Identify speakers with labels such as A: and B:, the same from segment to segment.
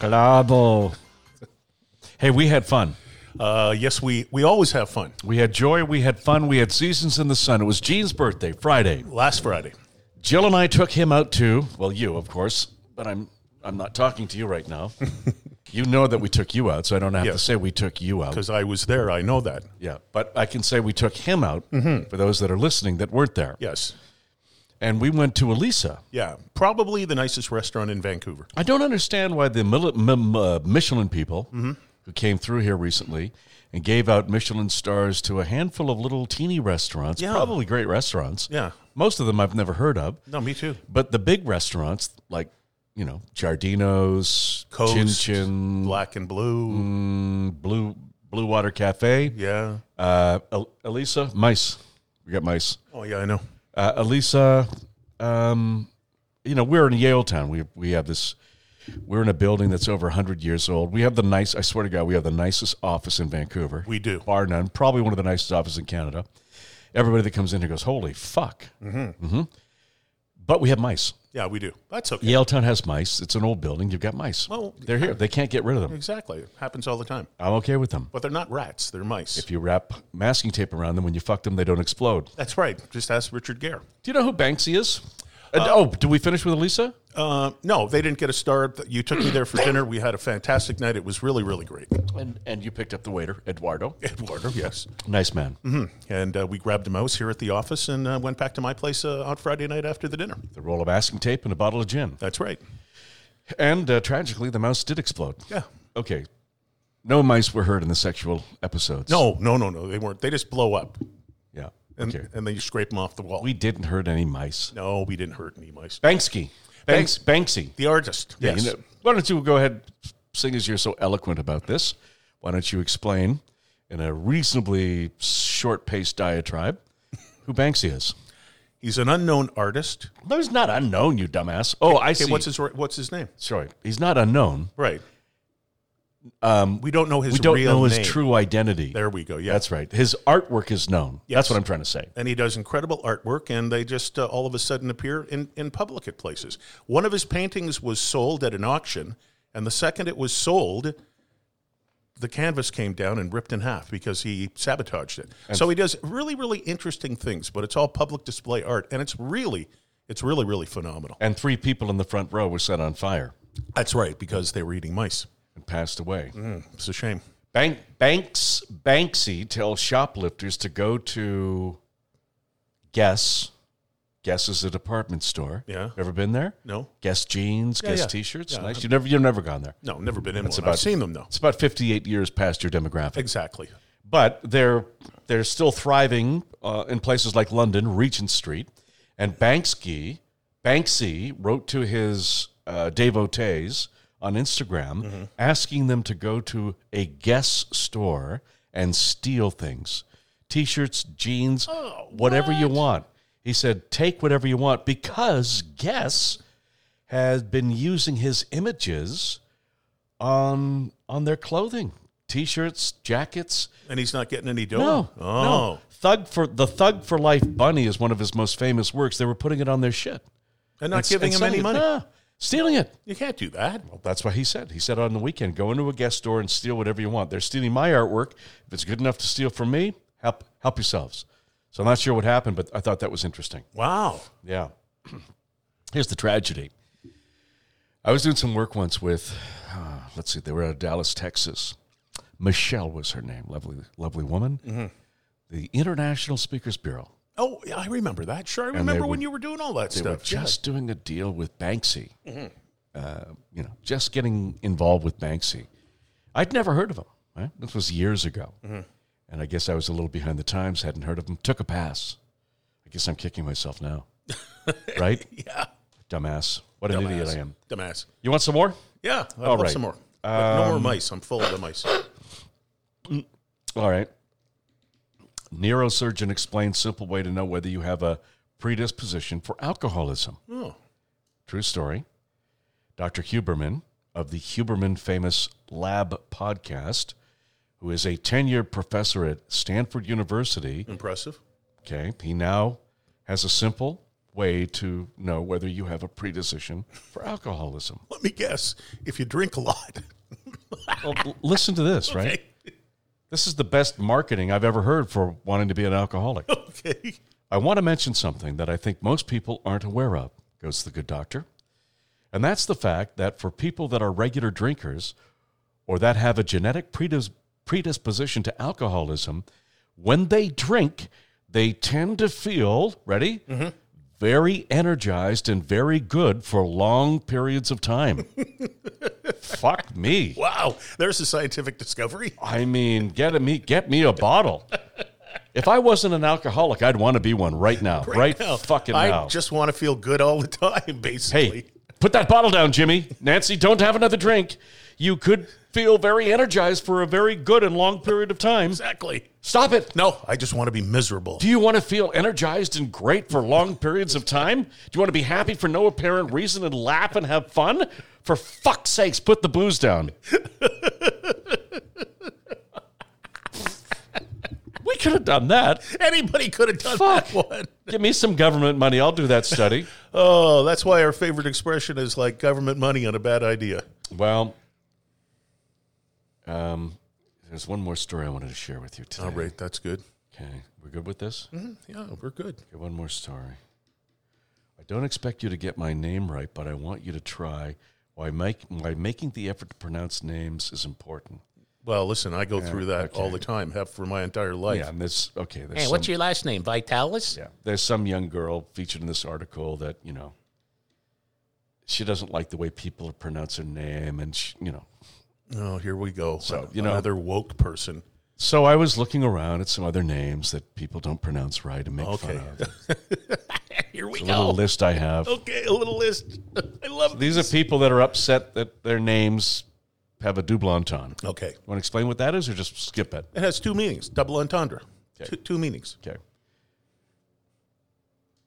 A: Bravo. Hey, we had fun.
B: Uh, yes, we, we always have fun.
A: We had joy. We had fun. We had seasons in the sun. It was Gene's birthday, Friday.
B: Last Friday.
A: Jill and I took him out too. Well, you, of course, but I'm I'm not talking to you right now. you know that we took you out, so I don't have to
B: Yes.
A: say we took you out.
B: because I was there. I know that.
A: Yeah, but I can say we took him out for those that are listening that weren't there.
B: Yes.
A: And we went to Elisa.
B: Yeah. Probably the nicest restaurant in Vancouver.
A: I don't understand why the mil- m- uh, Michelin people
B: Mm-hmm.
A: who came through here recently and gave out Michelin stars to a handful of little teeny restaurants,
B: Yeah.
A: probably great restaurants.
B: Yeah.
A: Most of them I've never heard of.
B: No, me too.
A: But the big restaurants like, you know, Giardino's,
B: Coast,
A: Chin Chin,
B: Black and blue.
A: Blue Blue Water Cafe,
B: Yeah.
A: uh, El- Elisa, mice. We got mice.
B: Oh, yeah, I know.
A: uh, Elisa, um, you know, we're in Yale Town. We we have this. We're in a building that's over 100 years old. We have the nice, I swear to God, we have the nicest office in Vancouver.
B: We do.
A: Bar none. Probably one of the nicest offices in Canada. Everybody that comes in here goes, holy fuck. Mm-hmm. But we have mice.
B: Yeah, we do. That's okay.
A: Yale Town has mice. It's an old building. You've got mice.
B: Well,
A: They're here. They can't get rid of them.
B: Exactly. It happens all the time.
A: I'm okay with them.
B: But they're not rats, they're mice.
A: If you wrap masking tape around them, when you fuck them, they don't explode.
B: That's right. Just ask Richard Gere.
A: Do you know who Banksy is? And- oh, did we finish with Elisa?
B: Uh, no, they didn't get a star. You took me there for dinner. We had a fantastic night. It was really, really great.
A: And and you picked up the waiter, Eduardo.
B: Eduardo, yes.
A: Nice man.
B: And uh, we grabbed a mouse here at the office and uh, went back to my place uh, on Friday night after the dinner.
A: The roll of masking tape and a bottle of gin.
B: That's right.
A: And uh, tragically, the mouse did explode.
B: Yeah.
A: Okay. No mice were hurt in the sexual episodes.
B: No, no, no, no. They weren't. They just blow up
A: Yeah.
B: and,
A: okay.
B: and then you scrape them off the wall.
A: We didn't hurt any mice.
B: no, we didn't hurt any mice.
A: Banksy. Banks. Banksy.
B: The artist.
A: Yeah,
B: yes.
A: you know- why don't you go ahead, seeing as you're so eloquent about this, why don't you explain in a reasonably short paced diatribe who Banksy is?
B: He's an unknown artist.
A: No, he's not unknown, you dumbass. Oh, I see.
B: Okay, what's his what's his name?
A: Sorry. He's not unknown.
B: Right. Um, we don't know his
A: We don't
B: real
A: know his
B: name.
A: true identity.
B: There we go. Yeah.
A: That's right. His artwork is known. That's
B: Yes.
A: what I'm trying to say.
B: and he does incredible artwork, and they just uh, all of a sudden appear in, in public at places. One of his paintings was sold at an auction, and the second it was sold, the canvas came down and ripped in half because he sabotaged it. so he does really, really interesting things, but it's all public display art, and it's really, it's really, really phenomenal.
A: And three people in the front row were set on fire
B: That's right, because they were eating mice.
A: and passed away.
B: It's a shame.
A: Bank, Banks Banksy tells shoplifters to go to Guess. Guess is a department store.
B: Yeah.
A: Ever been there?
B: No,
A: Guess jeans, Guess
B: yeah.
A: T-shirts. nice. You never, you've never gone there.
B: no, never been in one.
A: about-
B: I've seen them though.
A: It's about 58 years past your demographic,
B: Exactly.
A: but they're they're still thriving uh, in places like London, Regent Street, and Banksy. Banksy wrote to his uh, devotees on Instagram, asking them to go to a Guess store and steal things, t-shirts, jeans, whatever you want. He said, "Take whatever you want," because Guess has been using his images on on their clothing, t-shirts, jackets.
B: And he's not getting any dough.
A: No,
B: oh,
A: no. Thug for the Thug for Life bunny is one of his most famous works. They were putting it on their shit,
B: and not
A: And s- and
B: giving him
A: selling
B: any
A: it.
B: money.
A: No, stealing it.
B: You can't do that.
A: That's what he said. He said on the weekend, go into a guest store and steal whatever you want. They're stealing my artwork. If it's good enough to steal from me, help help yourselves. So I'm not sure what happened, but I thought that was interesting.
B: Wow.
A: Yeah. Here's the tragedy. I was doing some work once with, uh, let's see, they were out of Dallas, Texas. Michelle was her name, lovely, lovely woman. The International Speakers Bureau.
B: Oh, yeah, I remember that. Sure, I remember
A: were-
B: when you were doing all that
A: They were
B: stuff.
A: just doing a deal with Banksy. Uh, you know, just getting involved with Banksy. I'd never heard of him. Right? This was years ago, and I guess I was a little behind the times. Hadn't heard of him. Took a pass. I guess I'm kicking myself now. right?
B: Yeah. yeah.
A: Dumbass. What an idiot I am.
B: Dumbass.
A: You want some more?
B: Yeah. I'd
A: All
B: love
A: right. Um,
B: some more. But no more mice. I'm full of the mice.
A: All right. Neurosurgeon explains simple way to know whether you have a predisposition for alcoholism.
B: Oh.
A: True story. Dr. Huberman of the Huberman Famous Lab podcast, who is a 10 year professor at Stanford University,
B: Impressive.
A: okay, he now has a simple way to know whether you have a predisposition for alcoholism.
B: Let me guess. If you drink a lot,
A: Well, l- listen to this, right? This is the best marketing I've ever heard for wanting to be an alcoholic.
B: okay.
A: I want to mention something that I think most people aren't aware of, goes the good doctor. And that's the fact that for people that are regular drinkers or that have a genetic predis- predisposition to alcoholism, when they drink, they tend to feel, ready? Very energized and very good for long periods of time. Fuck me.
B: Wow, there's a scientific discovery.
A: I mean, get me get me a bottle. If I wasn't an alcoholic, I'd want to be one right now. Right,
B: now.
A: fucking
B: I
A: now.
B: just want to feel good all the time, basically.
A: hey, put that bottle down, Jimmy. Nancy, don't have another drink. You could feel very energized for a very good and long period of time.
B: Exactly.
A: Stop it.
B: No, I just want to be miserable.
A: Do you want to feel energized and great for long periods of time? Do you want to be happy for no apparent reason and laugh and have fun? For fuck's sakes, put the booze down. we could have done that.
B: Anybody could have done
A: Fuck.
B: that one.
A: Give me some government money. I'll do that study.
B: Oh, that's why our favorite expression is like government money on a bad idea.
A: well, um, there's one more story I wanted to share with you today.
B: All right, that's good.
A: Okay, we're good with this. Okay,
B: Yeah, we're good.
A: one more story. I don't expect you to get my name right, but I want you to try. Why make why making the effort to pronounce names is important.
B: Well, listen, I go through that all the time, have for my entire life.
A: Yeah, and this okay. There's some,
C: your last name? Vitalis?
A: yeah, there's some young girl featured in this article that you know. She doesn't like the way people pronounce her name, and she, you know,
B: Oh, here we go. So,
A: you know-
B: another woke person.
A: So I was looking around at some other names that people don't pronounce right and make
B: Okay.
A: fun of.
B: Here we
A: The little list I have.
B: Okay, a little list. I love
A: These are people that are upset that their names have a double entendre.
B: Okay.
A: Want to explain what that is, or just skip it?
B: It has two meanings, double entendre. Two, two meanings.
A: Okay.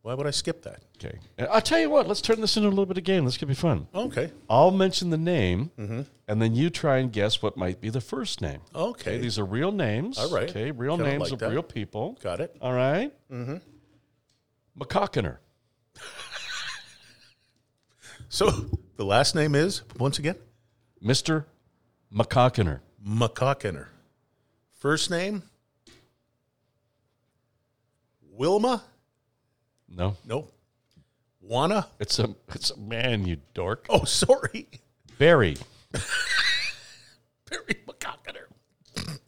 B: Why would I skip that?
A: Okay. And I'll tell you what. Let's turn this into a little bit of game. This could be fun.
B: Okay.
A: I'll mention the name,
B: Mm-hmm.
A: and then you try and guess what might be the first name.
B: Okay.
A: Okay, these are real names.
B: All right.
A: Okay, real
B: Kinda
A: names
B: like
A: of
B: that.
A: real people.
B: Got it.
A: All right. Mm-hmm. McCockiner.
B: So the last name is, once again,
A: Mr. McCockiner.
B: McCockiner. First name, Wilma?
A: No.
B: No. Juana?
A: It's a it's a man, you dork.
B: Oh, sorry.
A: Barry.
B: Perry McCockiner.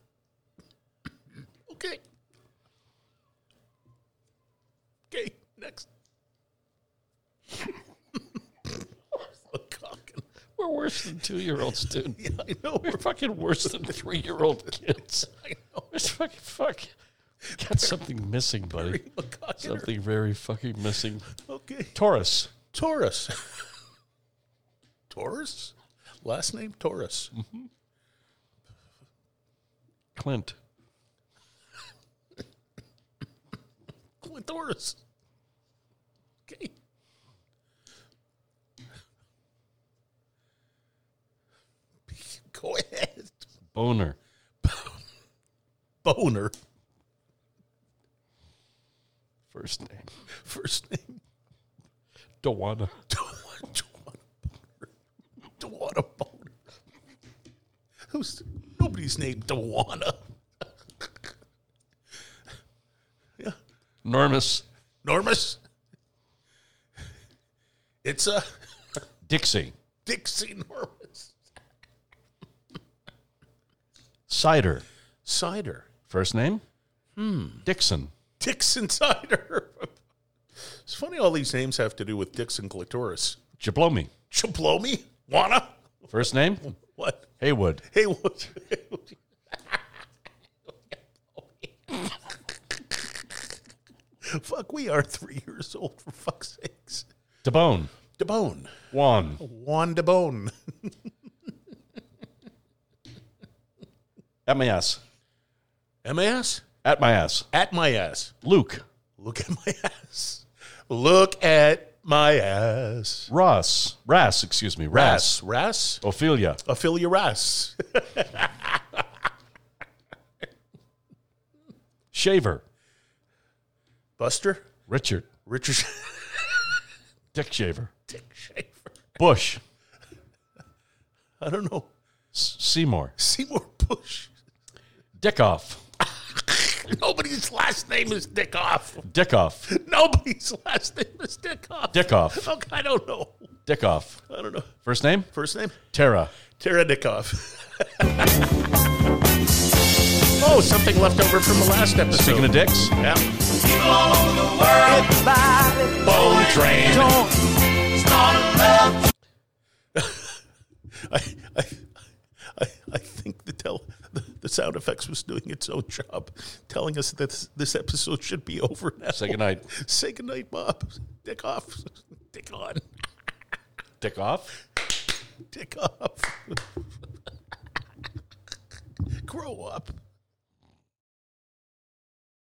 B: okay. Okay, next. McCockiner.
A: We're worse than two year olds, dude.
B: Yeah, I know.
A: We're fucking worse than three year old kids.
B: I know.
A: It's fucking fuck. Got something missing, buddy.
B: Perry McCockiner.
A: Something very fucking missing.
B: Okay.
A: Taurus.
B: Taurus. Taurus? Last name Taurus.
A: Clint.
B: Clint Taurus. Okay. Go ahead.
A: Boner.
B: Boner.
A: First name.
B: First name.
A: Dawana.
B: Dwan- Dwan Boner. Dwana Boner. Who's nobody's named Dwana? yeah.
A: Normus.
B: Normus. It's a
A: Dixie.
B: Dixie Normus.
A: Cider.
B: Cider.
A: First name? Hmm. Dixon.
B: Dixon cider. It's funny all these names have to do with Dixon clitoris.
A: Jablomi.
B: Chiplomi? Wanna?
A: First name?
B: What?
A: Haywood.
B: Hey, what? Fuck, we are three years old, for fuck's sakes.
A: Debone.
B: DeBone.
A: Juan.
B: Juan DeBone.
A: At my ass.
B: At my ass?
A: At my ass.
B: At my ass.
A: Luke.
B: Look at my ass. Look at my ass.
A: Ross. Ras, excuse me. Ras.
B: Ass. Ras?
A: Ophelia.
B: Ophelia Ras.
A: Shaver.
B: Buster?
A: Richard.
B: Richard.
A: Dick Shaver. Dick Shaver. Bush.
B: I don't know.
A: S- Seymour.
B: Seymour Bush.
A: Dickoff.
B: Nobody's last name is Dickoff.
A: Dickoff.
B: Nobody's last name is Dickoff.
A: Dickoff.
B: Look, I don't know.
A: Dickoff.
B: I don't know.
A: First name?
B: First name?
A: Tara.
B: Tara Dickoff. oh, something left over from the last episode.
A: Speaking of dicks,
B: yeah.
A: Bone Train.
B: I, I, I, I think the, tel- the the sound effects was doing its own job, telling us that this, this episode should be over now.
A: Say goodnight.
B: Say goodnight, Bob. Dick off. Dick on.
A: Dickoff.
B: Dick off. Grow up.